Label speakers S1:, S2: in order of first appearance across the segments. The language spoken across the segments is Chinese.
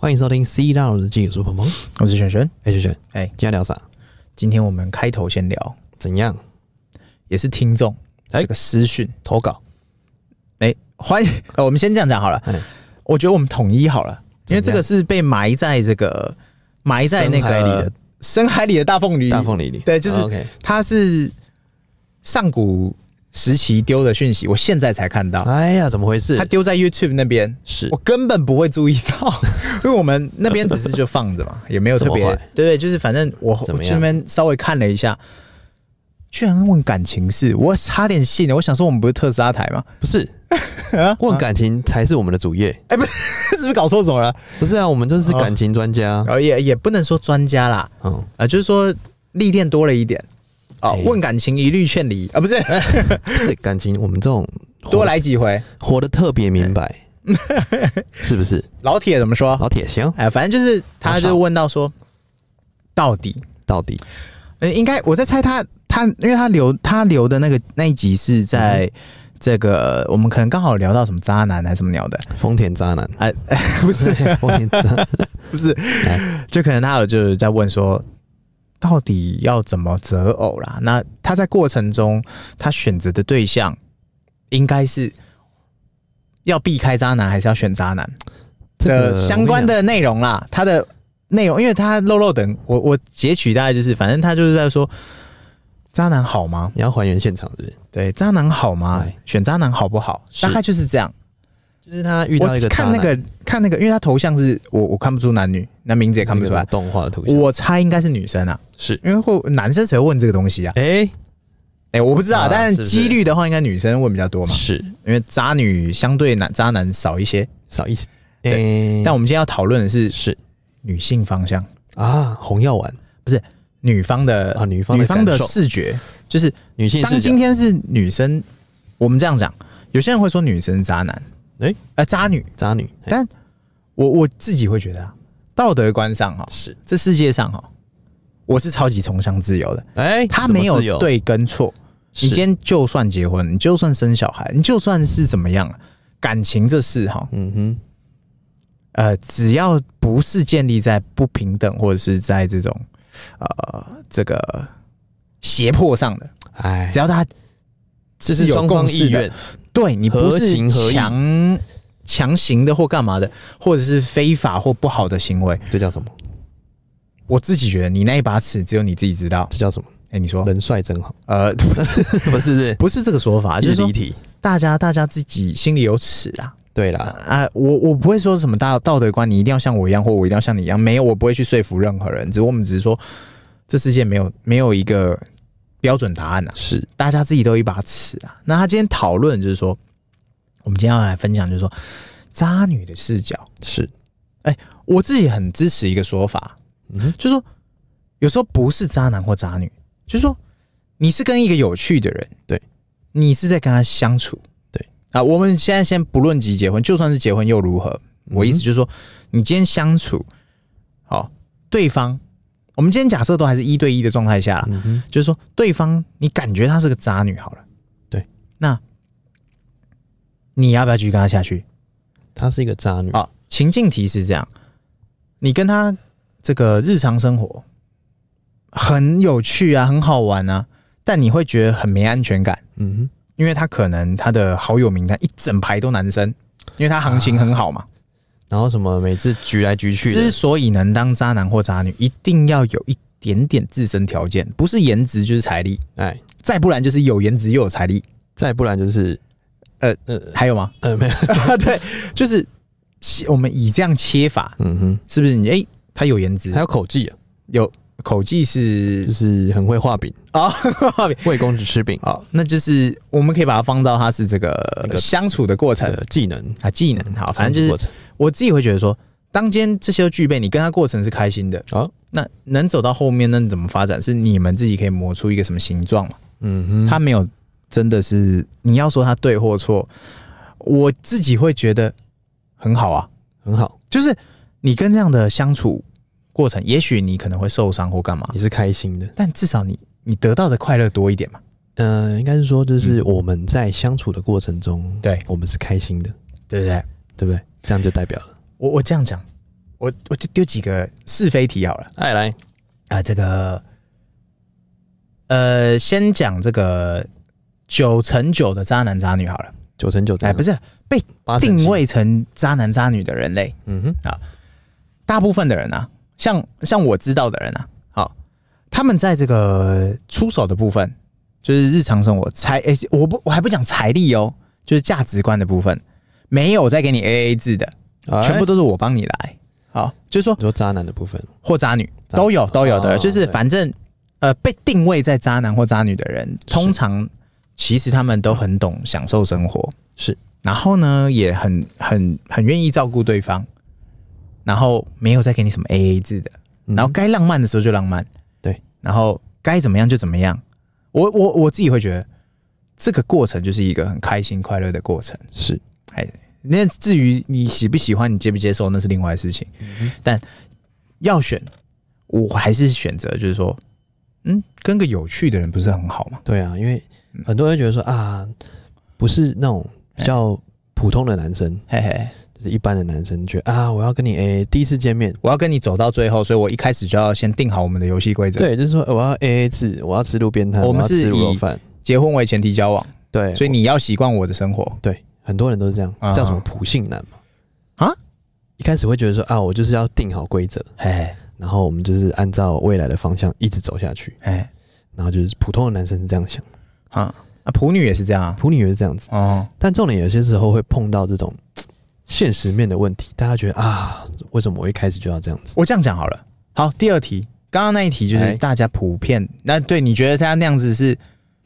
S1: 欢迎收听《C 大佬日记》，我是鹏鹏，
S2: 我是璇璇。
S1: 哎，轩轩，
S2: 哎
S1: 今天聊啥？
S2: 今天我们开头先聊，
S1: 怎样
S2: 也是听众
S1: 哎
S2: 这个私讯，
S1: 投稿？
S2: 哎、欢迎、呃我们先这样讲好了。
S1: 哎
S2: 我觉得我们统一好了，因为这个是被埋在这个埋在那
S1: 深海里的
S2: 个深海里的大凤梨，
S1: 大凤梨里，
S2: 对就是
S1: 啊 OK
S2: 它是上古时期丢的讯息，我现在才看到，
S1: 哎呀，怎么回事
S2: 他？丢在 YouTube 那边，
S1: 是
S2: 我根本不会注意到， 因为我们那边只是就放着 嘛，也没有特别
S1: 怎么会
S2: 对对，就是反正我
S1: 怎
S2: 我
S1: 么
S2: 去
S1: 样
S2: 那边稍微看了一下，居然问感情事，我差点信了。我想说我们不是特斯拉台吗？
S1: 不是
S2: 啊
S1: 问感情才是我们的主业？
S2: 是不是搞错什么了？
S1: 不是啊，我们就是感情专家。
S2: 然后也也不能说专家啦，
S1: 嗯，
S2: 啊、就是说历练多了一点。哦
S1: 哎，
S2: 问感情一律劝离啊，不是
S1: 不是感情，我们这种活
S2: 多来几回。
S1: 活得特别明白， 是不是？
S2: 老铁怎么说？
S1: 老铁行，
S2: 哎，反正就是他就问到说，到底
S1: 到底
S2: 呃，应该我在猜他他，因为他留他留的那个那一集是
S1: 嗯
S2: 在这个、我们可能刚好聊到什么渣男还是什么鸟的，
S1: 丰田渣男
S2: 哎、 哎不是
S1: 丰田渣 男
S2: 不是
S1: 哎，
S2: 就可能他有就是在问说，到底要怎么择偶啦？那他在过程中他选择的对象应该是。要避开渣男，还是要选渣男
S1: 这
S2: 的
S1: 个
S2: 呃相关
S1: 我跟
S2: 的内容啦？他的内容，因为他漏漏等我我截取大概就是，反正他就是在说，渣男好吗？
S1: 你讲你要还原现场，是不是？
S2: 对，渣男好吗
S1: 哎？
S2: 选渣男好不好？
S1: 是
S2: 大概就是这样。
S1: 就是他遇到一
S2: 我
S1: 个渣
S2: 看
S1: 男
S2: 那个看那个，因为他头像是我我看不出男女，那名字也看不出
S1: 那
S2: 来
S1: 个什么。动画的图像，
S2: 我猜应该是女生啊，
S1: 是
S2: 因为会男生谁会问这个东西啊？
S1: 哎、
S2: 哎、我不知道，
S1: 啊
S2: 但
S1: 是不
S2: 是
S1: 是
S2: 几率的话，应该女生问比较多嘛，
S1: 是
S2: 因为渣女相对男渣男少一些。
S1: 少一思，哎、
S2: 对但我们今天要讨论的是
S1: 是
S2: 女性方向，
S1: 啊，红药丸，
S2: 女方的
S1: 啊女方的
S2: 女方的
S1: 感受
S2: 视觉，就是
S1: 女性
S2: 当
S1: 视角
S2: 今，天是女生，我们这样讲，有些人会说女生渣男，
S1: 哎
S2: 呃，渣女，
S1: 渣女，哎
S2: 但我我自己会觉得、啊，道德观上哈、
S1: 是
S2: 这世界上哈、我是超级崇尚自由的，
S1: 哎，
S2: 他
S1: 什么
S2: 没有
S1: 自由，
S2: 对跟错。
S1: 是
S2: 你今天就算结婚，你就算生小孩，你就算是怎么样，啊感情这事哈、
S1: 嗯哼，
S2: 呃，只要不是建立在不平等或者是在这种呃这个胁迫上的，
S1: 哎，
S2: 只要他
S1: 这
S2: 是
S1: 是
S2: 有
S1: 双
S2: 共
S1: 方
S2: 识
S1: 意
S2: 的
S1: 愿，
S2: 对你不
S1: 合
S2: 是
S1: 情合意
S2: 强强行的或干嘛的，或者是非法或不好的行为，
S1: 这叫什么？
S2: 我自己觉得你那一把尺只有你自己知道。
S1: 这叫什么？
S2: 哎、你说，
S1: 人帅真好，
S2: 呃，不是
S1: 不是是，
S2: 不是这个说法，就是
S1: 是
S2: 说
S1: 离题。
S2: 大家大家自己心里有尺啦。
S1: 对啦，
S2: 啊、我我不会说什么大道德观，你一定要像我一样，或我一定要像你一样，没有，我不会去说服任何人。只我们只是说，这世界没有没有一个标准答案啊，
S1: 是
S2: 大家自己都有一把尺啊。那他今天讨论就是说，我们今天要来分享就是说，渣女的视角。
S1: 是，
S2: 我自己很支持一个说法，
S1: 嗯哼
S2: 就是说有时候不是渣男或渣女，就是说你是跟一个有趣的人，
S1: 对，
S2: 你是在跟他相处，
S1: 对
S2: 啊。我们现在先不论及结婚，就算是结婚又如何？我意思就是说，你今天相处好，对方，我们今天假设都还是一对一的状态下啦，
S1: 嗯哼，
S2: 就是说对方你感觉她是个渣女好了，
S1: 对，
S2: 那你要不要继续跟她下去？
S1: 她是一个渣女，
S2: 啊，情境题是这样：你跟他这个日常生活很有趣啊，很好玩啊，但你会觉得很没安全感，
S1: 嗯
S2: 因为他可能他的好友名单一整排都男生，因为他行情很好嘛。
S1: 哼，然后什么每次局来局去
S2: 之
S1: 的，
S2: 所以能当渣男或渣女，一定要有一点点自身条件，不是颜值就是财力，
S1: 哎，
S2: 再不然就是有颜值又有财力，
S1: 再不然就是，
S2: 呃
S1: 呃
S2: 还有吗？
S1: 呃，没有，
S2: 对，就是切我们以这样切法，
S1: 嗯哼，
S2: 是不是你？哎、他有颜值
S1: 还，有口技啊，
S2: 有口技是
S1: 就是很会画饼，
S2: 哦，
S1: 魏公子吃饼
S2: 好，那就是我们可以把它放到它是这个
S1: 那个
S2: 相处的过程
S1: 的技能，
S2: 啊，技
S1: 嗯
S2: 能好，反正
S1: 过
S2: 就是
S1: 程
S2: 我自己会觉得说，当今天这些都具备，你跟他过程是开心的
S1: 好
S2: 那能走到后面，那怎么发展是你们自己可以磨出一个什么形状嘛？
S1: 嗯哼，
S2: 他没有真的是你要说他对或错，我自己会觉得很好啊，
S1: 很好，
S2: 就是你跟这样的相处过程，也许你可能会受伤或干嘛，
S1: 你是开心的。
S2: 但至少你你得到的快乐多一点嘛。
S1: 呃，应该是说，就是我们在相处的过程中，
S2: 嗯对
S1: 我们是开心的，
S2: 对不对？
S1: 对不对？这样就代表了，
S2: 我我这样讲，我我就丢几个是非题好了
S1: 哎，来，
S2: 啊、这个呃，先讲这个九成九的渣男渣女好了，
S1: 九成九这
S2: 哎、
S1: 样，
S2: 不
S1: 是
S2: 是被
S1: 八成七
S2: 定，位成渣男渣女的人类，
S1: 嗯哼，
S2: 大部分的人啊，像像我知道的人啊，好、他们在这个出手的部分，就是日常生活财，诶、我不我还不讲财力哦，就是价值观的部分，没有再给你 A A 制的，全部
S1: 都
S2: 都是我帮你来。好，就是说
S1: 哎你说渣男的部分，嗯
S2: 或渣女
S1: 渣
S2: 都有都有的，
S1: 哦
S2: 就是
S1: 对
S2: 反正呃被定位在渣男或渣女的人，通常其实他们都很懂享受生活，
S1: 是，
S2: 然后呢也很很很愿意照顾对方，然后没有再给你什么 A A 制的，
S1: 嗯
S2: 然后该浪漫的时候就浪漫，
S1: 对，
S2: 然后该怎么样就怎么样。我我我自己会觉得这个过程就是一个很开心快乐的过程。
S1: 是
S2: 那至于你喜不喜欢，你接不接受，那是另外的事情。但要选，我还是选择就是说，嗯，跟个有趣的人不是很好吗？
S1: 对啊，因为
S2: 嗯
S1: 很多人觉得说啊，不是那种比
S2: 哎
S1: 较普通的男生，
S2: 嘿嘿，
S1: 就是一般的男生，觉得啊，我要跟你 A A，第一次见面，
S2: 我要跟你走到最后，所以我一开始就要先定好我们的游戏规则。，
S1: 对，就是说呃我要 A A 制，我要吃路边摊，
S2: 我
S1: 我
S2: 们
S1: 要
S2: 是
S1: 吃卤肉
S2: 以
S1: 饭，
S2: 结婚为前提交往，
S1: 对，
S2: 所以你要习惯我的生活。
S1: 对，很多人都是这样，
S2: 啊
S1: 叫什么普信男嘛？
S2: 啊，
S1: 一开始会觉得说啊，我就是要定好规则，
S2: 嘿
S1: 然后我们就是按照未来的方向一直走下去。
S2: 嘿，
S1: 然后就是普通的男生是这样想，
S2: 啊啊，普女也是这样啊。
S1: 普女也是这样子，
S2: 哦，
S1: 但重点有些时候会碰到这种嘖现实面的问题，大家觉得啊，为什么我一开始就要这样子？
S2: 我这样讲好了。好，第二题，刚刚那一题就是
S1: 哎
S2: 大家普遍，那对你觉得他那样子是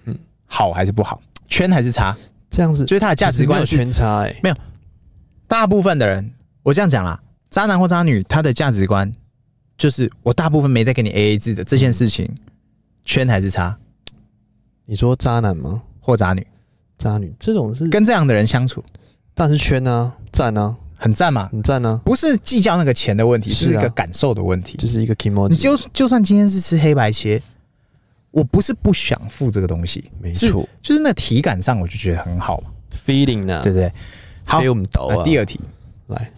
S1: 嗯
S2: 好还是不好，圈还是差？
S1: 这样子
S2: 就是他的价值观
S1: 其
S2: 是
S1: 实没有偏差哎、欸，
S2: 大部分的人，我这样讲啦，渣男或渣女，他的价值观就是我大部分没在给你 A A 制的这件事情，圈还是差
S1: 你说渣男吗？
S2: 或渣女，
S1: 渣女这种是
S2: 跟这样的人相处
S1: 但是圈啊，赞啊，
S2: 很赞嘛，
S1: 很赞啊，
S2: 不是计较那个钱的问题，
S1: 是
S2: 是
S1: 啊
S2: 一个感受的问题。
S1: 就是一个 emoji，
S2: 你就就算今天是吃黑白切，我不是不想付这个东西，
S1: 没
S2: 是
S1: 错
S2: 就是那体感上我就觉得很好嘛，
S1: ，feeling 呢、啊，
S2: 对不对？好
S1: 给我们抖
S2: 那
S1: 啊，
S2: 第二题，
S1: 来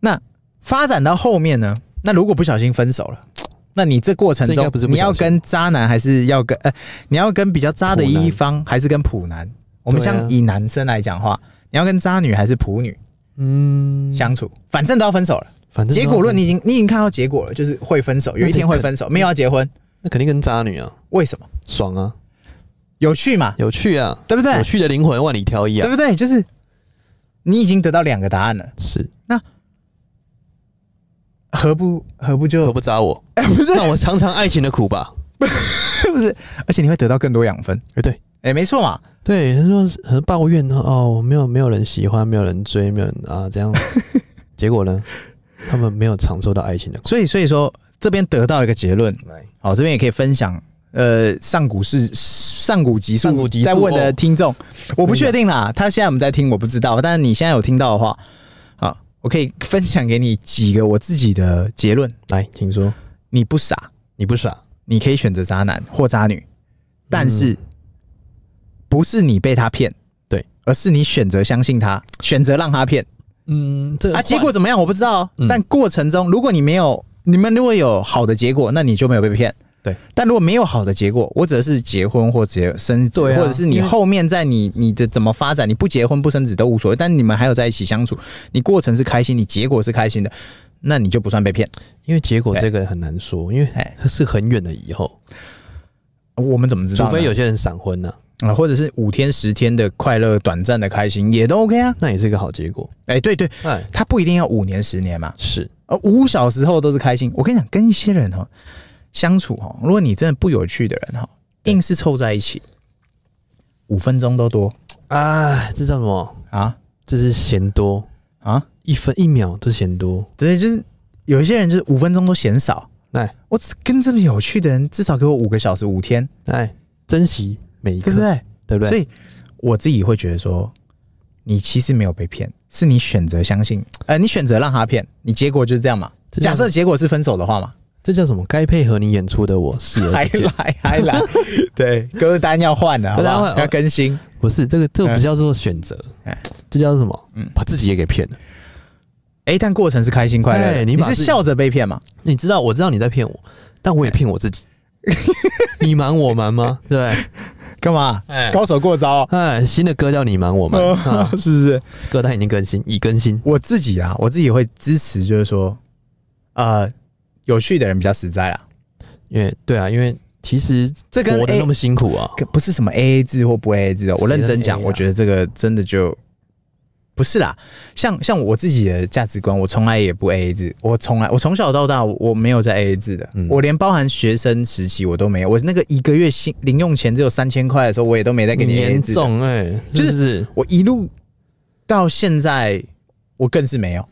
S2: 那发展到后面呢？那如果不小心分手了，那你这过程
S1: 这应
S2: 中
S1: 该不是不
S2: 你
S1: 小心
S2: 要跟渣男，还是要跟呃，你要跟比较渣的一方，还是跟普男？我们
S1: 对啊
S2: 像以男生来讲话，你要跟渣女还是普女
S1: 嗯，
S2: 相处？反正都要分手了，
S1: 反正
S2: 结果论你已经你已经看到结果了，就是会分手，有一天会分手，没有要结婚，
S1: 那肯定跟渣女啊，
S2: 为什么？
S1: 爽啊，
S2: 有趣嘛，
S1: 有趣啊，
S2: 对不对
S1: 有？趣的灵魂万里挑一
S2: 对
S1: 啊，
S2: 不对？就是你已经得到两个答案了，
S1: 是
S2: 何不何不
S1: 何
S2: 就
S1: 不渣我？
S2: 哎不是
S1: 让我尝尝爱情的苦吧。
S2: 不是？而且你会得到更多养分，
S1: 哎，对
S2: 哎，没错嘛，
S1: 对，他说很抱怨呢，哦，我没有没有人喜欢，没有人追，没有人啊 这样，结果呢，他们没有尝受到爱情的苦。
S2: 所以所以说这边得到一个结论，
S1: 来，
S2: 好，这边也可以分享。呃，上古是上古集
S1: 上
S2: 数
S1: 古集数
S2: 在问的
S1: 哦嗯
S2: 听众，我不
S1: 可以
S2: 确定啦。他现在我们在听，我不知道。但是你现在有听到的话，好，我可以分享给你几个我自己的结论。
S1: 来，请说，
S2: 你不傻，
S1: 你不傻，
S2: 你可以选择渣男或渣女，但是不是你被他骗，
S1: 嗯对，
S2: 而是你选择相信他，选择让他骗
S1: 嗯，这
S2: 啊。结果怎么样我不知道哦
S1: 嗯，
S2: 但过程中如果你没有，你们如果有好的结果，那你就没有被骗。
S1: 对，
S2: 但如果没有好的结果，我指的是结婚或结生子，
S1: 对啊
S2: 或者是你
S1: 因为
S2: 后面在你你的怎么发展，你不结婚不生子都无所谓，但你们还有在一起相处，你过程是开心，你结果是开心的，那你就不算被骗。
S1: 因为结果这个很难说，因为
S2: 哎
S1: 它是很远的以后，
S2: 我们怎么知道
S1: 除
S2: 呢？
S1: 非有些人闪婚呢，
S2: 啊、或者是五天十天的快乐、短暂的开心也都 OK 啊。
S1: 那也是一个好结果。
S2: 哎、对对，
S1: 哎，
S2: 他不一定要五年十年嘛，
S1: 是
S2: 呃，五小时后都是开心。我跟你讲，跟一些人哈相处哈，如果你真的不有趣的人哈，硬是凑在一起，五分钟都多
S1: 啊，这叫什么？
S2: 啊
S1: 这是嫌多，
S2: 啊！
S1: 一分一秒都嫌多。
S2: 对，就是有一些人就是五分钟都嫌少。
S1: 哎
S2: 我只跟这么有趣的人，至少给我五个小时、五天，
S1: 哎，珍惜每一刻
S2: 对，不对？
S1: 对不对？
S2: 所以我自己会觉得说，你其实没有被骗，是你选择相信，呃，你选择让他骗，你结果就是这样嘛。
S1: 这叫
S2: 假设结果是分手的话嘛，
S1: 这叫什么？该配合你演出的我视而
S2: 还
S1: 不见。
S2: 来还 来，对，歌单要换了，好不
S1: 歌单
S2: 好？
S1: 换
S2: 要更新。
S1: 不是这个，这个不叫做选择
S2: 嗯哎，
S1: 这叫做什么
S2: 嗯？
S1: 把自己也给骗了。
S2: 哎，但过程是开心快乐的，
S1: 哎对你
S2: 你
S1: 把
S2: 是
S1: 自己
S2: 笑着被骗嘛？
S1: 你知道，我知道你在骗我，但
S2: 哎
S1: 我也骗我自己。 你瞒我瞒吗？对，
S2: 干嘛？
S1: 哎
S2: 高手过招、
S1: 哎，新的歌叫你瞒我 瞒，啊
S2: 哦，是不是？
S1: 歌单已经更新，已更新。
S2: 我自己啊，我自己会支持，就是说，呃，有趣的人比较实在啊，
S1: 因为对啊，因为其实
S2: 这跟
S1: 活得
S2: A-
S1: 那么辛苦啊，
S2: 可不是什么 A A 制或不 A A 制哦。我认真讲，
S1: 谁能 AA 啊
S2: 我觉得这个真的就不是啦。像像我自己的价值观，我从来也不 A A 制，我从来我从小到大我没有在 A A 制的，
S1: 嗯
S2: 我连包含学生时期我都没有，我那个一个月薪零用钱只有三千块的时候，我也都没在给
S1: 很
S2: 你 A A
S1: 严
S2: 制的。
S1: 重哎，
S2: 就是
S1: 是不是
S2: 我一路到现在，我更是没有。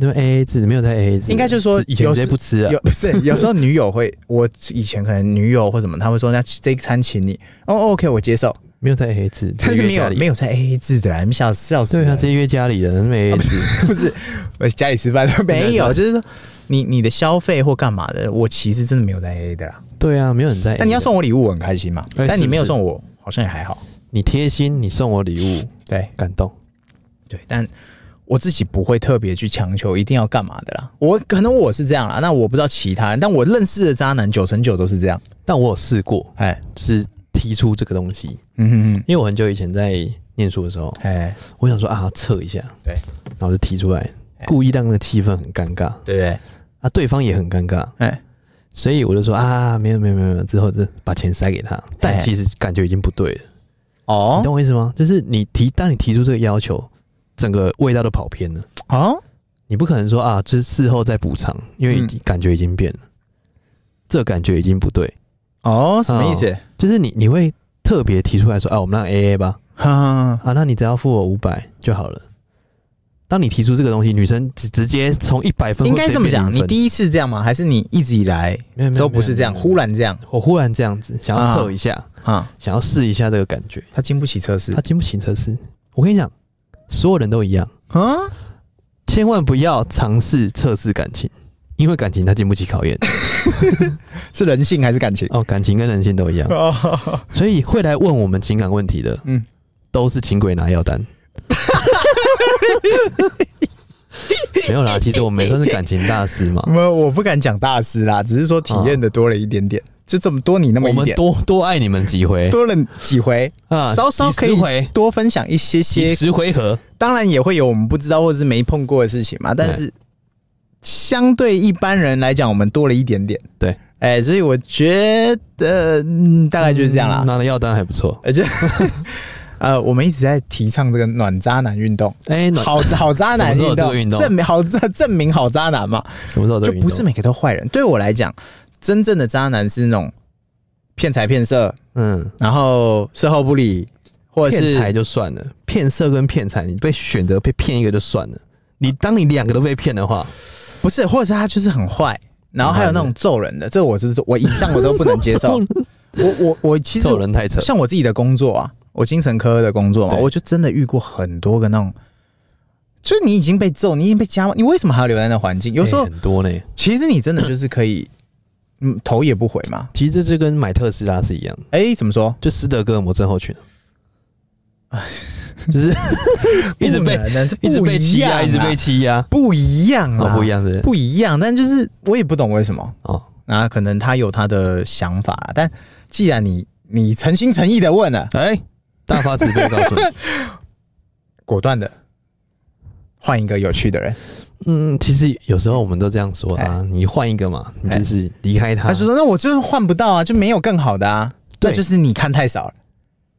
S1: 那 A A 制没有在 A A 制，
S2: 应该就是说
S1: 以前
S2: 有
S1: 直接
S2: 时
S1: 不吃啊
S2: 有， 不是有时候女友会，我以前可能女友或什么，她会说那这一餐请你，哦哦 OK 我接受，
S1: 没有在 A A 制，
S2: 但是
S1: 直接
S2: 没
S1: 约家
S2: 有
S1: 里
S2: 没有在 AA 制的啦，你们笑笑死
S1: 对啊，
S2: 了
S1: 直，接约家里人没 A A 制，
S2: 不是我家里吃饭没有， 就是说你你的消费或干嘛的，我其实真的没有在 AA 的啦。
S1: 对啊，没有人在 AA 的。
S2: 但你要送我礼物，我很开心嘛，
S1: 哎是
S2: 但你
S1: 不
S2: 没有
S1: 是
S2: 送我，好像也还好。
S1: 你贴心，你送我礼物，
S2: 对
S1: 感动。
S2: 对，但我自己不会特别去强求一定要干嘛的啦。我可能我是这样啦，那我不知道其他人，但我认识的渣男九成九都是这样。
S1: 但我有试过，
S2: 哎，
S1: 就是提出这个东西，
S2: 嗯哼哼，
S1: 因为我很久以前在念书的时候，
S2: 哎，
S1: 我想说啊，测一下，
S2: 对，哎
S1: 然后就提出来，故意让那个气氛很尴尬
S2: 对不对？
S1: 啊，对方也很尴尬，
S2: 哎，
S1: 所以我就说啊，没有没有没有，没有之后就把钱塞给他，但其实感觉已经不对了，你
S2: 哎哦
S1: 懂我意思吗？就是你提，当你提出这个要求，整个味道都跑偏了，
S2: 哦，
S1: 你不可能说啊，就是事后再补偿，因为
S2: 嗯
S1: 已经感觉已经变了，这感觉已经不对，
S2: 哦，什么意思？
S1: 就是你你会特别提出来说，啊，我们让 A A 吧，
S2: 哈、
S1: 啊，那你只要付我五百就好了。当你提出这个东西，女生直直接从一百分
S2: 应该这么讲，你
S1: 一
S2: 第一次这样吗？还是你一直以来都不是这样，忽，然这样
S1: 没有没有没有没有我忽然这样子，想要测一下，
S2: 啊？
S1: 想要试一下这个感觉，
S2: 他经不起测试
S1: 他经不起测试。我跟你讲，所有人都一样，
S2: 啊？
S1: 千万不要尝试测试感情，因为感情它经不起考验
S2: 是人性还是感情？
S1: 哦，感情跟人性都一样，
S2: 哦，
S1: 所以会来问我们情感问题的，
S2: 嗯
S1: 嗯，都是请鬼拿药 单。没有啦，其实我们也算是感情大师嘛，
S2: 我我不敢讲大师啦，只是说体验的多了一点点，就这么多你那么
S1: 我
S2: 一
S1: 们
S2: 点，
S1: 多多爱你们几回
S2: 哦多了几回，
S1: 啊，
S2: 稍稍可
S1: 几
S2: 以
S1: 十回，
S2: 多分享一些
S1: 几
S2: 些，
S1: 十回合，
S2: 当然也会有我们不知道或是没碰过的事情嘛，但是相对一般人来讲，我们多了一点点。
S1: 对，
S2: 哎、所以我觉得、嗯、大概就是这样啦。
S1: 嗯拿了药单还不错，
S2: 而且 呃，我们一直在提倡这个暖渣男运动，
S1: 哎，暖
S2: 好好渣男
S1: 什么时候
S2: 运
S1: 有这
S2: 动，
S1: 个运动
S2: 证明 好证证明好渣男嘛，
S1: 什么时候都
S2: 就不是每个都坏人。对我来讲，真正的渣男是那种骗财骗色，
S1: 嗯，
S2: 然后事后不理，或者
S1: 骗财
S2: 是
S1: 就算了，骗色跟骗财，你被选择被骗一个就算了，你当你两个都被骗的话，
S2: 不是，或者是他就是很坏。然后还有那种揍人的，这我是我以上我都不能接受
S1: 揍人。
S2: 我我我其实
S1: 揍人太扯，
S2: 像我自己的工作啊，我精神科的工作嘛，
S1: 对
S2: 我就真的遇过很多个那种，就是你已经被揍，你已经被家暴，你为什么还要留在那环境？有时
S1: 哎
S2: 候、
S1: 很多呢，
S2: 其实你真的就是可以， 嗯，头也不回嘛。
S1: 其实这就跟买特斯拉是一样的，
S2: 哎、怎么 说？
S1: 就斯德哥尔摩症候群，啊就是一直被
S2: 不能这
S1: 一直
S2: 不
S1: 被欺
S2: 样
S1: 压，
S2: 啊
S1: 一直被欺压，
S2: 不一样
S1: 哦
S2: 啊，
S1: 不一，样是不是
S2: 不一样。但就是我也不懂为什么，
S1: 哦，
S2: 那、可能他有他的想法啦，但既然你你诚心诚意的问了，
S1: 哎，大发慈悲告诉你。
S2: 果断的换一个有趣的人，
S1: 嗯，其实有时候我们都这样说啊，你换一个嘛，你就是离开他，
S2: 哎他就说：“那我就是换不到啊，就没有更好的啊。”
S1: 对
S2: 那就是你看太少了。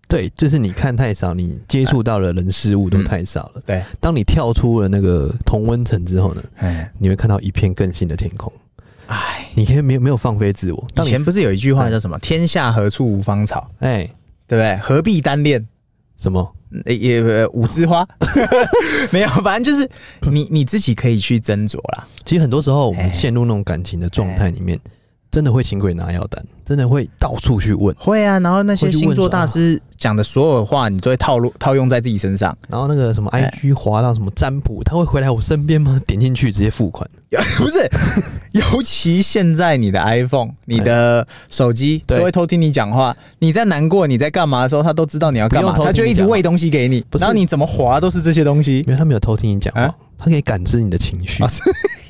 S1: 对，就是你看太少，你接触到了人事
S2: 嗯
S1: 物都太少了。
S2: 对，
S1: 当你跳出了那个同温层之后呢，
S2: 哎，
S1: 你会看到一片更新的天空。
S2: 哎，
S1: 你可以没有没有放飞自我，
S2: 以
S1: 当你
S2: 前不是有一句话叫什么“天下何处无芳草
S1: 哎、”，
S2: 对不对？何必单恋？
S1: 什么
S2: 嗯也也五枝 花，没有，反正就是你你自己可以去斟酌啦。
S1: 其实很多时候我
S2: 哎
S1: 们陷入那种感情的状态里面，真的会请鬼拿药单，真的会到处去问，
S2: 会啊，然后那些
S1: 会去问
S2: 星座
S1: 说
S2: 大师讲的所有话，你都会套路套用在自己身上。
S1: 然后那个什么
S2: 哎
S1: IG 滑到什么占卜，他会回来我身边吗？点进去直接付款，
S2: 不是，尤其现在你的 iPhone、你的手机
S1: 哎对
S2: 都会偷听你讲话。你在难过、你在干嘛的时候，他都知道你要干嘛，
S1: 不用偷
S2: 他
S1: 听
S2: 就一直
S1: 你讲话
S2: 喂东西给你，
S1: 不是
S2: 然后你怎么滑都是这些东西
S1: 因。为他没有偷听你讲话，
S2: 啊
S1: 它可以感知你的情绪
S2: 啊。是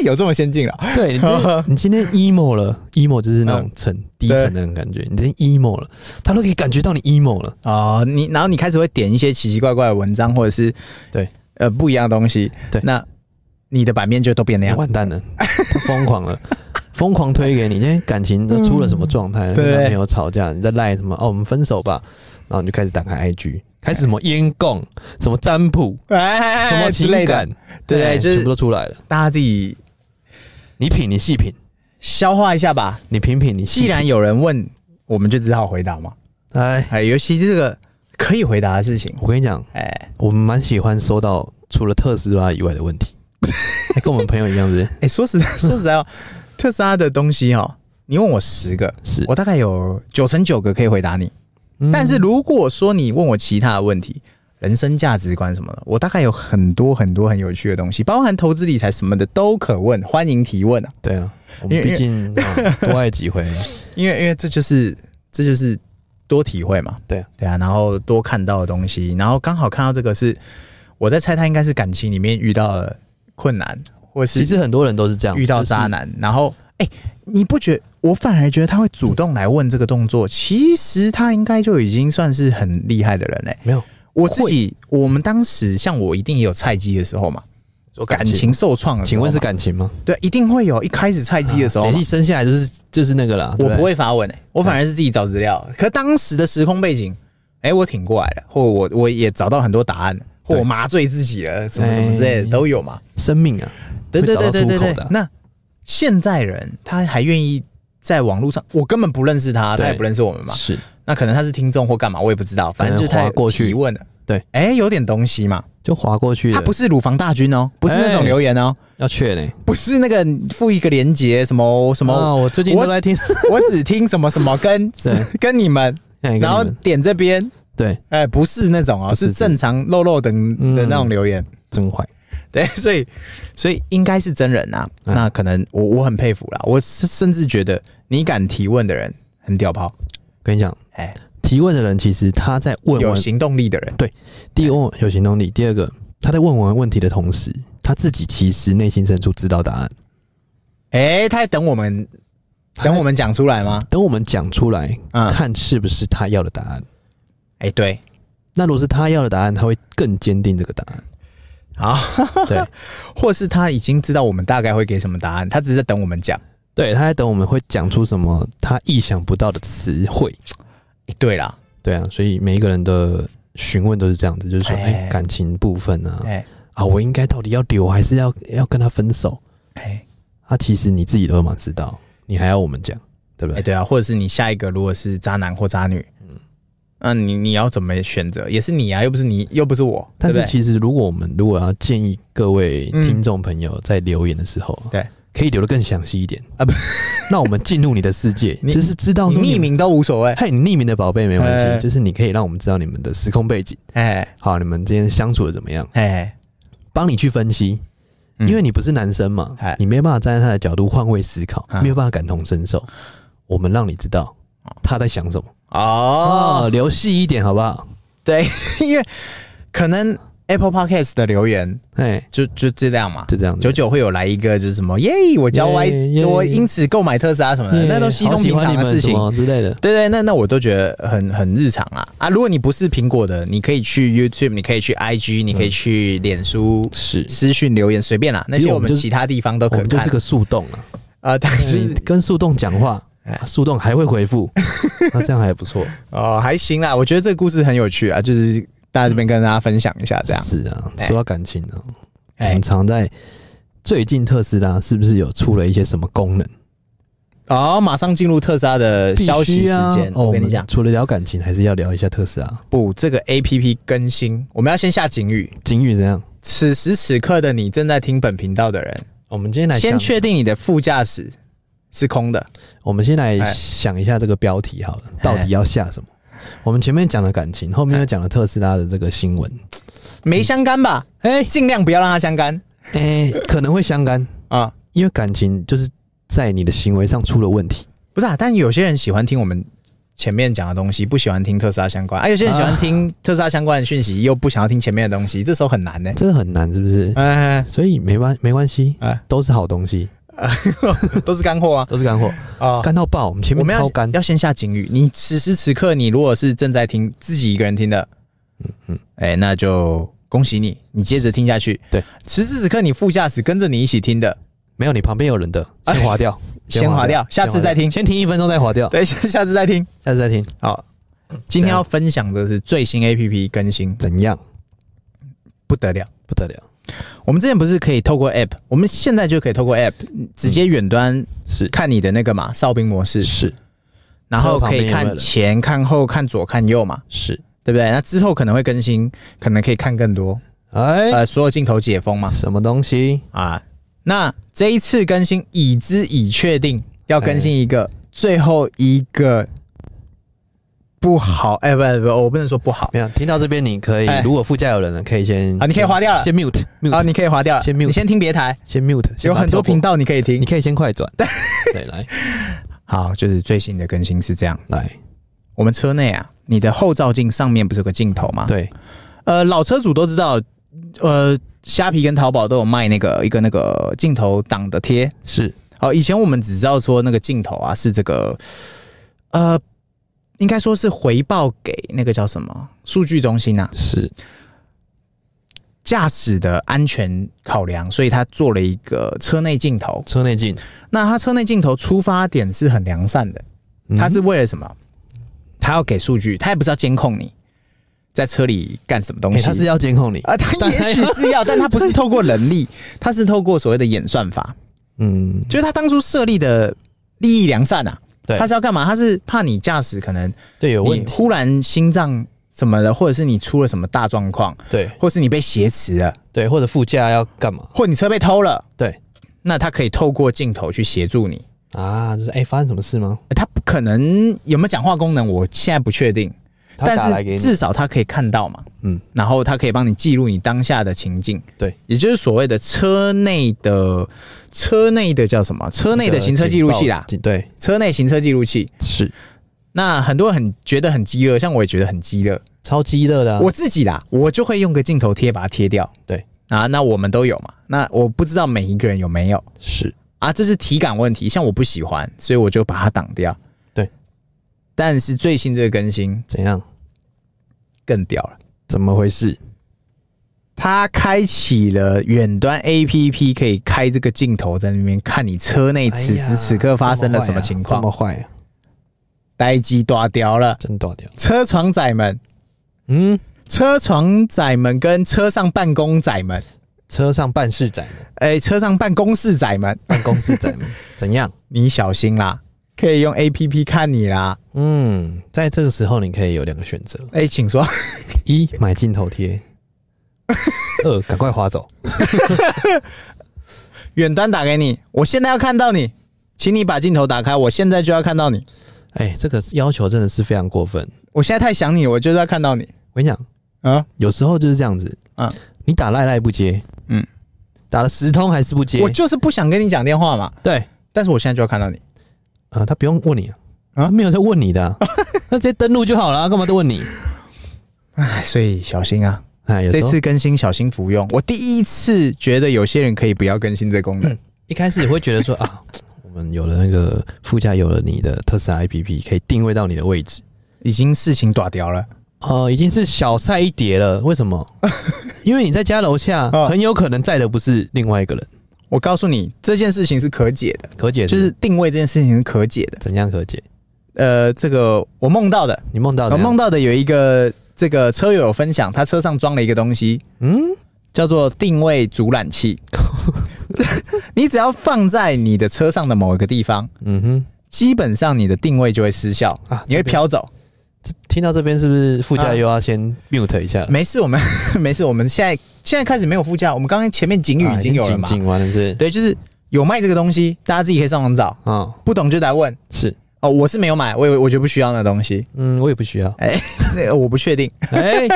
S2: 有这么先进啊了？
S1: 对，你这 嗯你今天 emo 了，emo 就是那种沉低沉的那种感觉，你今天 emo 了，它都可以感觉到你 emo 了。
S2: 哦，你然后你开始会点一些奇奇怪怪的文章，或者是
S1: 对
S2: 呃不一样的东西，
S1: 对
S2: 那你的版面就都变那
S1: 你
S2: 样。
S1: 完蛋了，他疯狂了， 疯狂推给你。今天感情都出了什么状态？
S2: 对
S1: 跟男朋友吵架，你在赖什么？哦，我们分手吧。然后你就开始打开 IG，开始什么烟供，什么占卜，
S2: 哎
S1: 什么
S2: 之
S1: 情
S2: 类的
S1: 感，，
S2: 对
S1: 哎
S2: 就是
S1: 全部都出来了。
S2: 大家自己
S1: 你品，你细品，
S2: 消化一下吧。
S1: 你品品，你细
S2: 既
S1: 品
S2: 然有人问，我们就只好回答嘛。
S1: 哎，
S2: 哎，尤其是这个可以回答的事情，
S1: 我跟你讲，
S2: 哎
S1: 我们蛮喜欢收到除了特斯拉以外的问 题，哎跟我们朋友一样是
S2: 哎，说实在 说实在哦，特斯拉的东西哦，你问我十个，
S1: 是，
S2: 我大概有九成九个可以回答你。
S1: 嗯
S2: 但是如果说你问我其他的问题，人生价值观什么的，我大概有很多很多很有趣的东西，包含投资理财什么的都可问，欢迎提问啊！
S1: 对啊，我
S2: 因
S1: 们
S2: 为
S1: 毕竟啊多爱几回，
S2: 因为因为这就是这就是多体会嘛，
S1: 对啊
S2: 对啊，然后多看到的东西，然后刚好看到这个是我在猜他应该是感情里面遇到的困难，或
S1: 其
S2: 是
S1: 实很多人都是这样，
S2: 遇到
S1: 就是
S2: 渣男，然后哦哎、你不觉我反而觉得他会主动来问这个动作，其实他应该就已经算是很厉害的人嘞、
S1: 没有
S2: 我自己，我们当时像我一定也有菜鸡的时候嘛，
S1: 说
S2: 感情受创的时
S1: 请
S2: 候嘛，
S1: 问是感情吗？
S2: 对，一定会有一开始菜鸡的时候
S1: 谁
S2: 嘛、
S1: 一生下来就是就是那个啦，对
S2: 我不
S1: 对
S2: 会发问、欸，我反而是自己找资料。可当时的时空背景，哎、我挺过来了，或我我也找到很多答案了，或我
S1: 对
S2: 麻醉自己了，什么什么之类的
S1: 哎
S2: 都有嘛。
S1: 生命啊，
S2: 对
S1: 会
S2: 对对
S1: 找到
S2: 对对
S1: 出口
S2: 对
S1: 的啊。
S2: 那现在人他还愿意在网络上，我根本不认识他，
S1: 对
S2: 他也不认识我们嘛。
S1: 是
S2: 那可能他是听众或干嘛，我也不知道，反正就是他
S1: 可能划过去
S2: 提问了。
S1: 对，
S2: 哎、有点东西嘛，
S1: 就划过去
S2: 他
S1: 的，
S2: 不是乳房大军哦，不是那种
S1: 哎
S2: 留言哦，
S1: 要确嘞。
S2: 不是那个附一个连接什么什么，
S1: 啊，我最近
S2: 我
S1: 都 在听，
S2: 我只听什么什么跟
S1: 对
S2: 跟你们，
S1: 哎跟你
S2: 然后
S1: 们
S2: 点这边，
S1: 对
S2: 哎、不是那种哦，
S1: 不是嗯
S2: 是正常肉肉的的那种留言，
S1: 真坏，
S2: 对，所以所以应该是真人啊，
S1: 嗯
S2: 那可能我我很佩服啦，我是甚至觉得你敢提问的人很屌炮，
S1: 跟你讲，
S2: 哎、
S1: 提问的人其实他在问
S2: 有
S1: 完
S2: 行动力的人，
S1: 第一个问有行动力，第二个他在问完问题的同时，他自己其实内心深处知道答案。
S2: 哎、他在等我们
S1: 他在
S2: 等我们讲出来吗？
S1: 等我们讲出来，
S2: 嗯，
S1: 看是不是他要的答案。
S2: 哎、对，
S1: 那如果是他要的答案，他会更坚定这个答案。
S2: 好，
S1: 啊对，
S2: 或是他已经知道我们大概会给什么答案，他只是在等我们讲。
S1: 对，他在等我们会讲出什么他意想不到的词汇。
S2: 哎对啦，
S1: 对啊，所以每一个人的询问都是这样子，就是说，
S2: 哎
S1: 哎、感情部分啊，
S2: 哎、
S1: 啊，我应该到底要留还是要要跟他分手？
S2: 哎、
S1: 啊，其实你自己都嘛知道，你还要我们讲，对不
S2: 哎、
S1: 对？
S2: 对啊，或者是你下一个如果是渣男或渣女，嗯，那你你要怎么选择？也是你啊，又不是你，又不是我，
S1: 但
S2: 对
S1: 是
S2: 不对？
S1: 其实如果我们如果要建议各位听众朋友在留言的时候，
S2: 嗯对，
S1: 可以留的更详细一点
S2: 啊不，
S1: 让我们进入你的世界，
S2: 你
S1: 就是知道
S2: 你
S1: 说
S2: 匿
S1: 们。
S2: 名都无所谓，
S1: 嘿，你匿名的宝贝没关
S2: 哎
S1: 系，就是你可以让我们知道你们的时空背景，
S2: 哎
S1: 好，你们之间相处的怎么样，
S2: 哎
S1: 帮你去分析。
S2: 嗯
S1: 因为你不是男生嘛
S2: 哎，
S1: 你没办法站在他的角度换位思考
S2: 啊，
S1: 没有办法感同身受。我们让你知道他在想什么
S2: 哦，
S1: 哦，留细一点好不好？
S2: 对，因为可能 Apple Podcast 的留言
S1: 哎，
S2: 就就这样嘛。
S1: 就这样子
S2: 久。久会有来一个就是什么耶，我交歪，
S1: 耶耶
S2: 我因此购买特斯拉什么的，
S1: 耶
S2: 那都稀
S1: 好
S2: 松
S1: 喜
S2: 平
S1: 欢
S2: 常
S1: 你
S2: 的
S1: 们
S2: 事
S1: 什
S2: 情。
S1: 么之类的。
S2: 对对，那那我都觉得很很日常啊啊！如果你不是苹果的，你可以去 YouTube，你可以去 IG，你可以去脸书、
S1: 是，
S2: 私讯留言，随便啦，那
S1: 嗯其
S2: 些
S1: 实
S2: 我
S1: 我们
S2: 们
S1: 就是
S2: 其他地方都
S1: 我
S2: 可
S1: 们就是
S2: 看。
S1: 个树洞啊，
S2: 啊， 但
S1: 你
S2: 是哎
S1: 跟树洞讲话，啊树洞还会回 复，那这样还不错。
S2: 哦，还行啦，我觉得这个故事很有趣啊，就是大家这边跟大家分享一下这样。
S1: 是啊，
S2: 哎
S1: 说到感情呢，我
S2: 哎
S1: 们常在最近特斯拉是不是有出了一些什么功能？
S2: 哦，马上进入特斯拉的消息时
S1: 必须啊
S2: 间，
S1: 哦，
S2: 我
S1: 我
S2: 跟你
S1: 们
S2: 讲，
S1: 除了聊感情，还是要聊一下特斯拉。
S2: 不，这个 A P P 更新，我们要先下警语。
S1: 警语怎样？
S2: 此时此刻的你正在听本频道的人，
S1: 我们今天来
S2: 先
S1: 想，
S2: 确定你的副驾驶是空的。
S1: 我们先来
S2: 哎
S1: 想一下这个标题好了，到底要下什么？我们前面讲了感情，后面又讲了特斯拉的这个新闻。
S2: 没相干吧？
S1: 哎
S2: 尽量不要让它相干
S1: 哎，可能会相干，
S2: 啊！
S1: 因为感情就是在你的行为上出了问题。
S2: 不是啊，但有些人喜欢听我们前面讲的东西，不喜欢听特斯拉相关，啊，有些人喜欢听特斯拉相关的讯息，又不想要听前面的东西，这时候很难呢、
S1: 这个很难，是不是？
S2: 哎
S1: 所以没关没关系
S2: 哎，
S1: 都是好东西，
S2: 都是干货啊！
S1: 都是干货，
S2: 啊、
S1: 干到哦爆。我们前
S2: 我
S1: 面
S2: 们要
S1: 超干，
S2: 要先下警语。你此时此刻，你如果是正在听自己一个人听的，嗯嗯，哎、那就恭喜你，你接着听下去。
S1: 对，
S2: 此时此刻你副驾驶跟着你一起听的，
S1: 没有你旁边有人的，哎先划掉，
S2: 先划掉，下次再听。
S1: 先听一分钟再划掉，
S2: 对，下下次再听。
S1: 下次再听。
S2: 好，今天要分享的是最新 A P P 更新，
S1: 怎样？
S2: 不得了。
S1: 不得了，
S2: 我们之前不是可以透过 App，我们现在就可以透过 App 直接远端
S1: 是
S2: 看你的那个嘛哨兵模式，
S1: 是
S2: 然后可以
S1: 车旁边有没有
S2: 看
S1: 人
S2: 前、看后、看左、看右嘛，
S1: 是，
S2: 对不对？那之后可能会更新，可能可以看更多，
S1: 哎，
S2: 呃，所有镜头解封嘛，
S1: 什么东西？
S2: 啊，那这一次更新已知已确定要更新一个最后一个不好，哎、不不不，我不能说不好
S1: 没有，听到这边你可以
S2: 哎，
S1: 如果副驾有人了，可以先
S2: 啊你可以划掉了
S1: 先 mute
S2: 啊，
S1: mute，
S2: 你可以划掉了，
S1: 先 mute
S2: 你先听别台，
S1: 先 mute，先
S2: 有
S1: 把它
S2: 很
S1: 跳
S2: 多
S1: 过
S2: 频，道你可以听
S1: 你。可以先快转，对，来
S2: 好，就是最新的更新是这样。
S1: 来，
S2: 我们车内啊，你的后照镜上面不是有个镜头吗？，
S1: 对，
S2: 呃，老车主都知道，呃，虾皮跟淘宝都有卖那个一个那个镜头挡的贴。
S1: 是
S2: 好，以前我们只知道说那个镜头啊是这个，呃，应该说是回报给那个叫什么数据中心啊，
S1: 是
S2: 驾驶的安全考量，所以他做了一个车内镜头。
S1: 车内镜，
S2: 那他车内镜头出发点是很良善的，
S1: 嗯
S2: 他是为了什么？他要给数据，他也不是要监控你在车里干什么东
S1: 哎
S2: 西。
S1: 他是要监控你，
S2: 啊，他也许是要，但他不是透过人力，他是透过所谓的演算法，
S1: 嗯，
S2: 就是他当初设立的利益良善啊。
S1: 对
S2: 他是要干嘛？他是怕你驾驶可能
S1: 对，有问
S2: 你
S1: 题，
S2: 忽然心脏什么的，或者是你出了什么大状况，
S1: 对
S2: 或是你被挟持了，
S1: 对，或者副驾要干嘛？
S2: 或你车被偷了，
S1: 对
S2: 那他可以透过镜头去协助你。
S1: 啊，就是哎，发生什么事吗？
S2: 他不可能有没有讲话功能，我现在不确定，
S1: 他
S2: 但
S1: 打来给
S2: 是
S1: 你，
S2: 至少他可以看到嘛，
S1: 嗯，
S2: 然后他可以帮你记录你当下的情境，
S1: 对，
S2: 也就是所谓的车内的车内的叫什么？车内的行车记录器啦，
S1: 警报，对，
S2: 车内行车记录器。
S1: 是
S2: 那很多人很觉得很饥饿，像我也觉得很饥饿。
S1: 超激热的啊，
S2: 我自己啦，我就会用个镜头贴把它贴掉。
S1: 对
S2: 啊，那我们都有嘛？那我不知道每一个人有没有
S1: 是
S2: 啊，这是体感问题。像我不喜欢，所以我就把它挡掉。
S1: 对，
S2: 但是最新这个更新
S1: 怎样？
S2: 更屌了，
S1: 怎么回事？
S2: 它开启了远端 APP，可以开这个镜头在那边看你车内此时此刻发生了什么情况
S1: 哎这。么坏、啊，
S2: 呆鸡抓掉了，
S1: 真倒掉。
S2: 车床仔们、
S1: 嗯，
S2: 车床仔们跟车上办公仔们，
S1: 车上办事仔 们，
S2: 哎、车上办公室仔们，
S1: 办公室仔们，怎样？
S2: 你小心啦，可以用 A P P 看你啦。
S1: 嗯，在这个时候你可以有两个选择：
S2: 哎、请说，
S1: 一买镜头 贴，二赶快划走。
S2: 远端打给你，我现在要看到你，请你把镜头打开，我现在就要看到你，
S1: 哎、这个要求真的是非常过分。
S2: 我现在太想你了，我就是要看到你
S1: 我跟你讲，
S2: 啊！
S1: 有时候就是这样子
S2: 啊
S1: 啊，你打赖赖不接，
S2: 嗯
S1: 嗯，打了十通还是不接
S2: 我，就是不想跟你讲电话嘛，
S1: 对，
S2: 但是我现在就要看到你。
S1: 啊、他不用问你啊，
S2: 啊
S1: 他没有在问你的 啊、那直接登录就好了啊，干嘛都问你？
S2: 哎，所以小心啊！
S1: 哎，有
S2: 这
S1: 时候
S2: 次更新小心服用。我第一次觉得有些人可以不要更新这功能，
S1: 一开始会觉得说啊，我们有了那个副驾，有了你的特斯拉 APP，可以定位到你的位置，
S2: 已经事情打掉了。哦
S1: 呃，已经是小菜一碟了。为什么？ 因为你在家楼下
S2: 啊，
S1: 很有可能载的不是另外一个人，
S2: 我告诉你，这件事情是可解的，
S1: 可解
S2: 就是是定位这件事情是可解的。
S1: 怎样可解？
S2: 呃，这个我梦到的，
S1: 你梦到
S2: 我
S1: 的
S2: 梦到的有一个这个车友有分享，他车上装了一个东西，
S1: 嗯，
S2: 叫做定位阻览器。 你只要放在你的车上的某一个地方，
S1: 嗯哼，
S2: 基本上你的定位就会失效
S1: 啊
S2: 你会
S1: 这边
S2: 飘走。
S1: 听到这边是不是副
S2: 啊
S1: 驾又要先 mute 一下了？
S2: 没事，我们 没事，我们现在现在开始没有副驾，我们刚刚前面警语
S1: 啊
S2: 已经有了
S1: 警
S2: 嘛？
S1: 警完了是
S2: 对，就是有卖这个东西，大家自己可以上网找，
S1: 啊、
S2: 不懂就来问。
S1: 是，
S2: 哦，我是没有买，我以为我觉得不需要那东西，。
S1: 嗯，我也不需要
S2: 哎、那我不确定，
S1: 哎、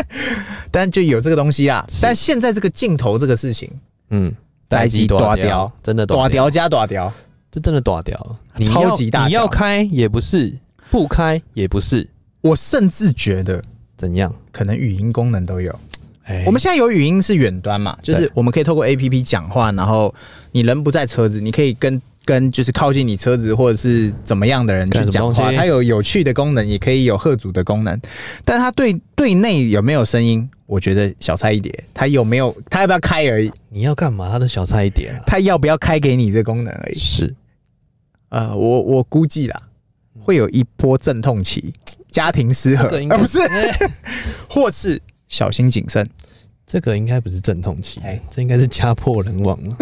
S2: 但就有这个东西啦。
S1: 是
S2: 但现在这个镜头这个事情，
S1: 嗯，
S2: 待机大
S1: 大
S2: 雕
S1: 雕，真的大
S2: 短
S1: 雕，
S2: 条加短条，
S1: 这真的大雕，你
S2: 超
S1: 要
S2: 级大雕
S1: 你要开也不是，不开也不是
S2: 我甚至觉得
S1: 怎样。
S2: 可能语音功能都有。
S1: 哎
S2: 我们现在有语音是远端嘛，就是
S1: 对
S2: 我们可以透过 A P P 讲话，然后你人不在车子，你可以跟跟就是靠近你车子或者是怎么样的人去
S1: 干什么
S2: 讲
S1: 东
S2: 话。
S1: 西
S2: 它有有趣的功能，也可以有贺主的功能，但它对对内有没有声音，我觉得小菜一碟。它有没有，它要不要开而已，
S1: 你要干嘛？他都小菜一碟了。
S2: 它要不要开给你这功能而已。
S1: 是，
S2: 呃，我我估计啦，会有一波阵痛期，家庭失和，
S1: 嗯这个应该
S2: 呃，不是，
S1: 哎
S2: 或是小心谨慎。
S1: 这个应该不是阵痛期
S2: 哎，
S1: 这应该是家破人亡 了。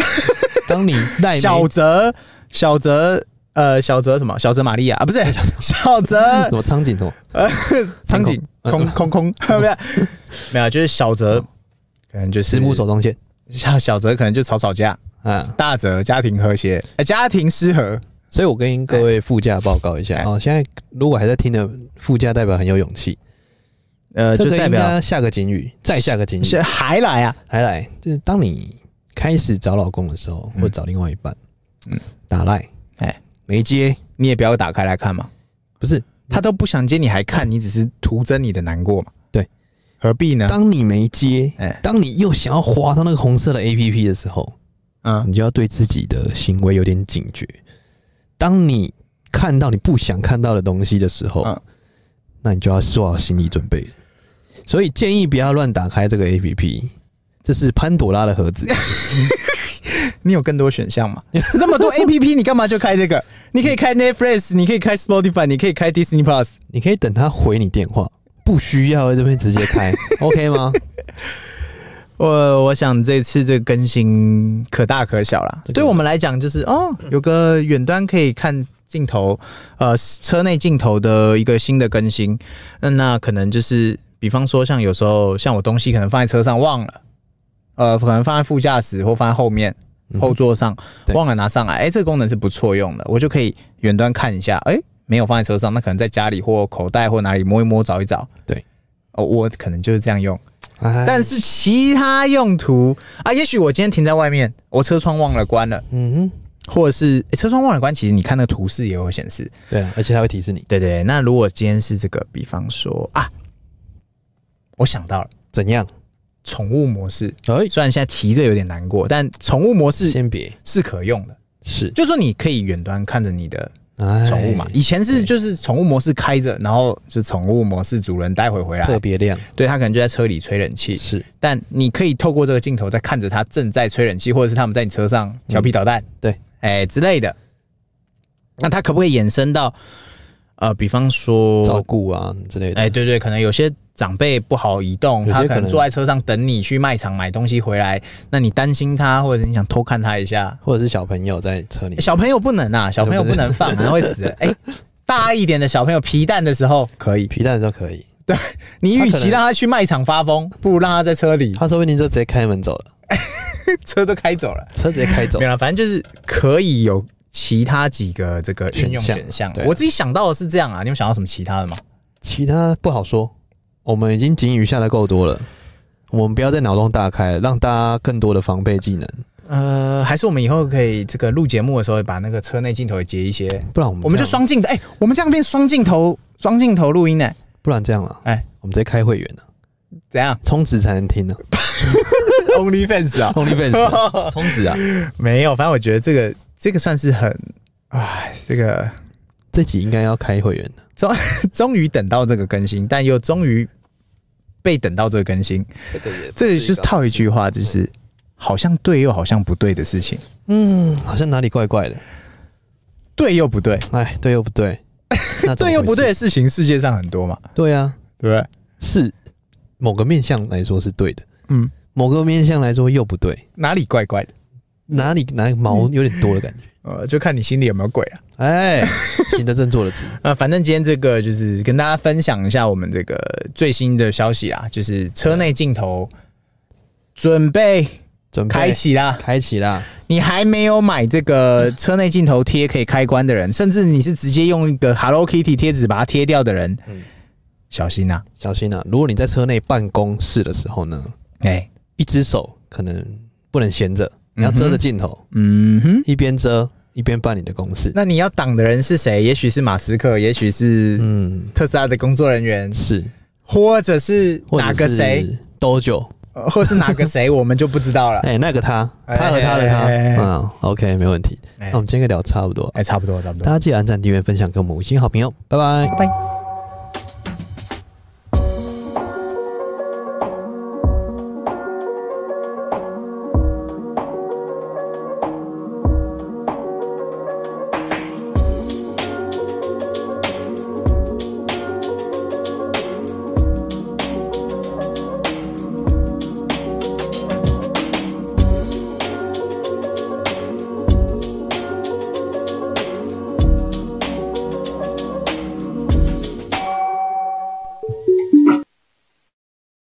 S1: 当你赖
S2: 小
S1: 没
S2: 泽，小泽，呃，小泽什么？小泽玛利亚啊，不是小泽
S1: 什 么苍井什么，
S2: 苍井
S1: 空呃
S2: 空空空，不是，没有，就是小泽，可能就是
S1: 石木手中线
S2: 小小泽可能就吵吵架，
S1: 啊。
S2: 大泽家庭和谐，呃家庭失和，
S1: 所以我跟各位副驾报告一下
S2: 哎
S1: 哦，现在如果还在听的副驾代表很有勇气，
S2: 呃，
S1: 这
S2: 就
S1: 个
S2: 代
S1: 应
S2: 表
S1: 该下个警语，再下个警语，
S2: 是还来啊，
S1: 还来就是当你开始找老公的时候，或者找另外一半，打赖，
S2: 嗯哎，嗯
S1: 没接，
S2: 你也不要打开来看嘛，
S1: 不是，
S2: 他都不想接，你还看，你只是徒增你的难过嘛，
S1: 对，
S2: 何必呢？
S1: 当你没接，
S2: 哎，
S1: 当你又想要滑到那个红色的 A P P 的时候，
S2: 嗯，
S1: 你就要对自己的行为有点警觉。当你看到你不想看到的东西的时候，
S2: 嗯
S1: 那你就要做好心理准备。所以建议不要乱打开这个 A P P，这是潘朵拉的盒 子。
S2: 你有更多选项吗？ 那么多 A P P，你干嘛就开这个？你可以开 Netflix，你可以开 Spotify，你可以开 Disney Plus。
S1: 你可以等他回你电话，不需要这边直接开，OK 吗？
S2: 我我想这次这个更新可大可小啦，
S1: 这个
S2: 对我们来讲就是哦，有个远端可以看镜头，呃，车内镜头的一个新的更新。那那可能就是，比方说像有时候像我东西可能放在车上忘了，呃，可能放在副驾驶或放在后面
S1: 嗯
S2: 后座上、
S1: 对
S2: 忘了拿上来，哎、这个功能是不错用的，我就可以远端看一下，哎、没有放在车上，那可能在家里或口袋或哪里摸一摸找一找。
S1: 对，
S2: 哦，我可能就是这样用。
S1: 哎
S2: 但是其他用途啊，也许我今天停在外面，我车窗忘了关了，
S1: 嗯哼，
S2: 或者是、诶车窗忘了关，其实你看那个图示也有显示。
S1: 对啊，而且他会提示你
S2: 对对对，那如果今天是这个，比方说啊，我想到了
S1: 怎样。
S2: 宠物模式，
S1: 哎、
S2: 虽然现在提着有点难过，但宠物模式
S1: 先别
S2: 是可用的，
S1: 是
S2: 就说你可以远端看着你的
S1: 哎
S2: 宠物嘛。以前是
S1: 对
S2: 就是宠物模式开着，然后就是宠物模式主人待会回
S1: 特
S2: 来，
S1: 别亮
S2: 对他可能就在车里吹冷气，
S1: 是
S2: 但你可以透过这个镜头在看着他正在吹冷气，或者是他们在你车上调皮捣蛋，
S1: 嗯对，
S2: 哎、之类的。那他可不可以延伸到呃，比方说，
S1: 照顾啊之类的。
S2: 哎、对对，可能有些长辈不好移动，
S1: 有些
S2: 他可
S1: 可
S2: 能
S1: 能
S2: 坐在车上等你去卖场买东西回来，那你担心他，或者你想偷看他一下，
S1: 或者是小朋友在车里，
S2: 小朋友不能啊，小朋友不能放，然后会死人。哎、大一点的小朋友皮蛋的时候可以，
S1: 皮蛋都可以，
S2: 你
S1: 他
S2: 与
S1: 可
S2: 其
S1: 能
S2: 让他去卖场发疯，不如让他在车里，
S1: 他说不定就直接开门走了，
S2: 车都开走了。
S1: 车直接开走
S2: 没。有啦，反正就是可以有其他几个这个运用选
S1: 选
S2: 项
S1: 项。对啊
S2: 我自己想到的是这样啊，你有想到什么其他的吗？
S1: 其他不好说，我们已经警语下的够多了，我们不要再脑洞大开，让大家更多的防备技能，
S2: 呃，还是我们以后可以这个录节目的时候，把那个车内镜头也截一些，
S1: 不然我们
S2: 我们
S1: 这
S2: 就
S1: 样，
S2: 双镜头。哎、我嗯们这样变双镜头，双镜头录音呢、
S1: 不然这样了，
S2: 哎
S1: 哎，我们直接开会员了，
S2: 怎 样
S1: 充值啊才能听 呢
S2: ？Only fans 啊，
S1: ，OnlyFans 啊 充值啊，
S2: 没有，反正我觉得这个这个算是很，哎，这个
S1: 这集应该要开会员啊的，
S2: 终于等到这个更新，但又终于被等到这个更新，
S1: 这个也
S2: 这个就是套一句话，就是好像对又好像不对的事情，
S1: 嗯，好像哪里怪怪的，
S2: 对又不对。
S1: 哎，对又不对， 那怎么
S2: 对又不对
S1: 回
S2: 的
S1: 事，
S2: 事情，世界上很多嘛，
S1: 对啊，
S2: 对不对？
S1: 是某个面向来说是对的，
S2: 嗯，
S1: 某个面向来说又不对。
S2: 哪里怪怪的？
S1: 哪里哪个毛
S2: 嗯
S1: 有点多的感觉。
S2: 呃，就看你心里有没有鬼啊。
S1: 哎，行得正，坐得直。
S2: 呃，反正今天这个就是跟大家分享一下我们这个最新的消息啊，就是车内镜头准备
S1: 准备
S2: 开，启啦。
S1: 开启啦！
S2: 你还没有买这个车内镜头贴可以开关的人，甚至你是直接用一个 Hello Kitty 贴纸把它贴掉的人，
S1: 嗯
S2: 小心呐、啊！
S1: 小心啊！如果你在车内办公室的时候呢，
S2: 哎、嗯
S1: 一只手可能不能闲着，你要遮着镜头，
S2: 嗯哼，
S1: 一边遮一边办理的公事。
S2: 那你要挡的人是谁？也许是马斯克，也许是
S1: 嗯，
S2: 特斯拉的工作人员，
S1: 是
S2: 或者是
S1: 或者
S2: 哪个
S1: 是
S2: 谁，
S1: ？Dojo，
S2: 呃或者是哪个谁，我们就不知道了。
S1: 哎、那个他，
S2: 哎
S1: 他和他的他，
S2: 哎哎哎
S1: 嗯，OK，没问题。
S2: 哎
S1: 那我们今天可以聊差不多，
S2: 哎，差不多，差不多
S1: 大。家记得按赞、订阅、分享给我们五星好评哦，拜拜。
S2: 拜拜。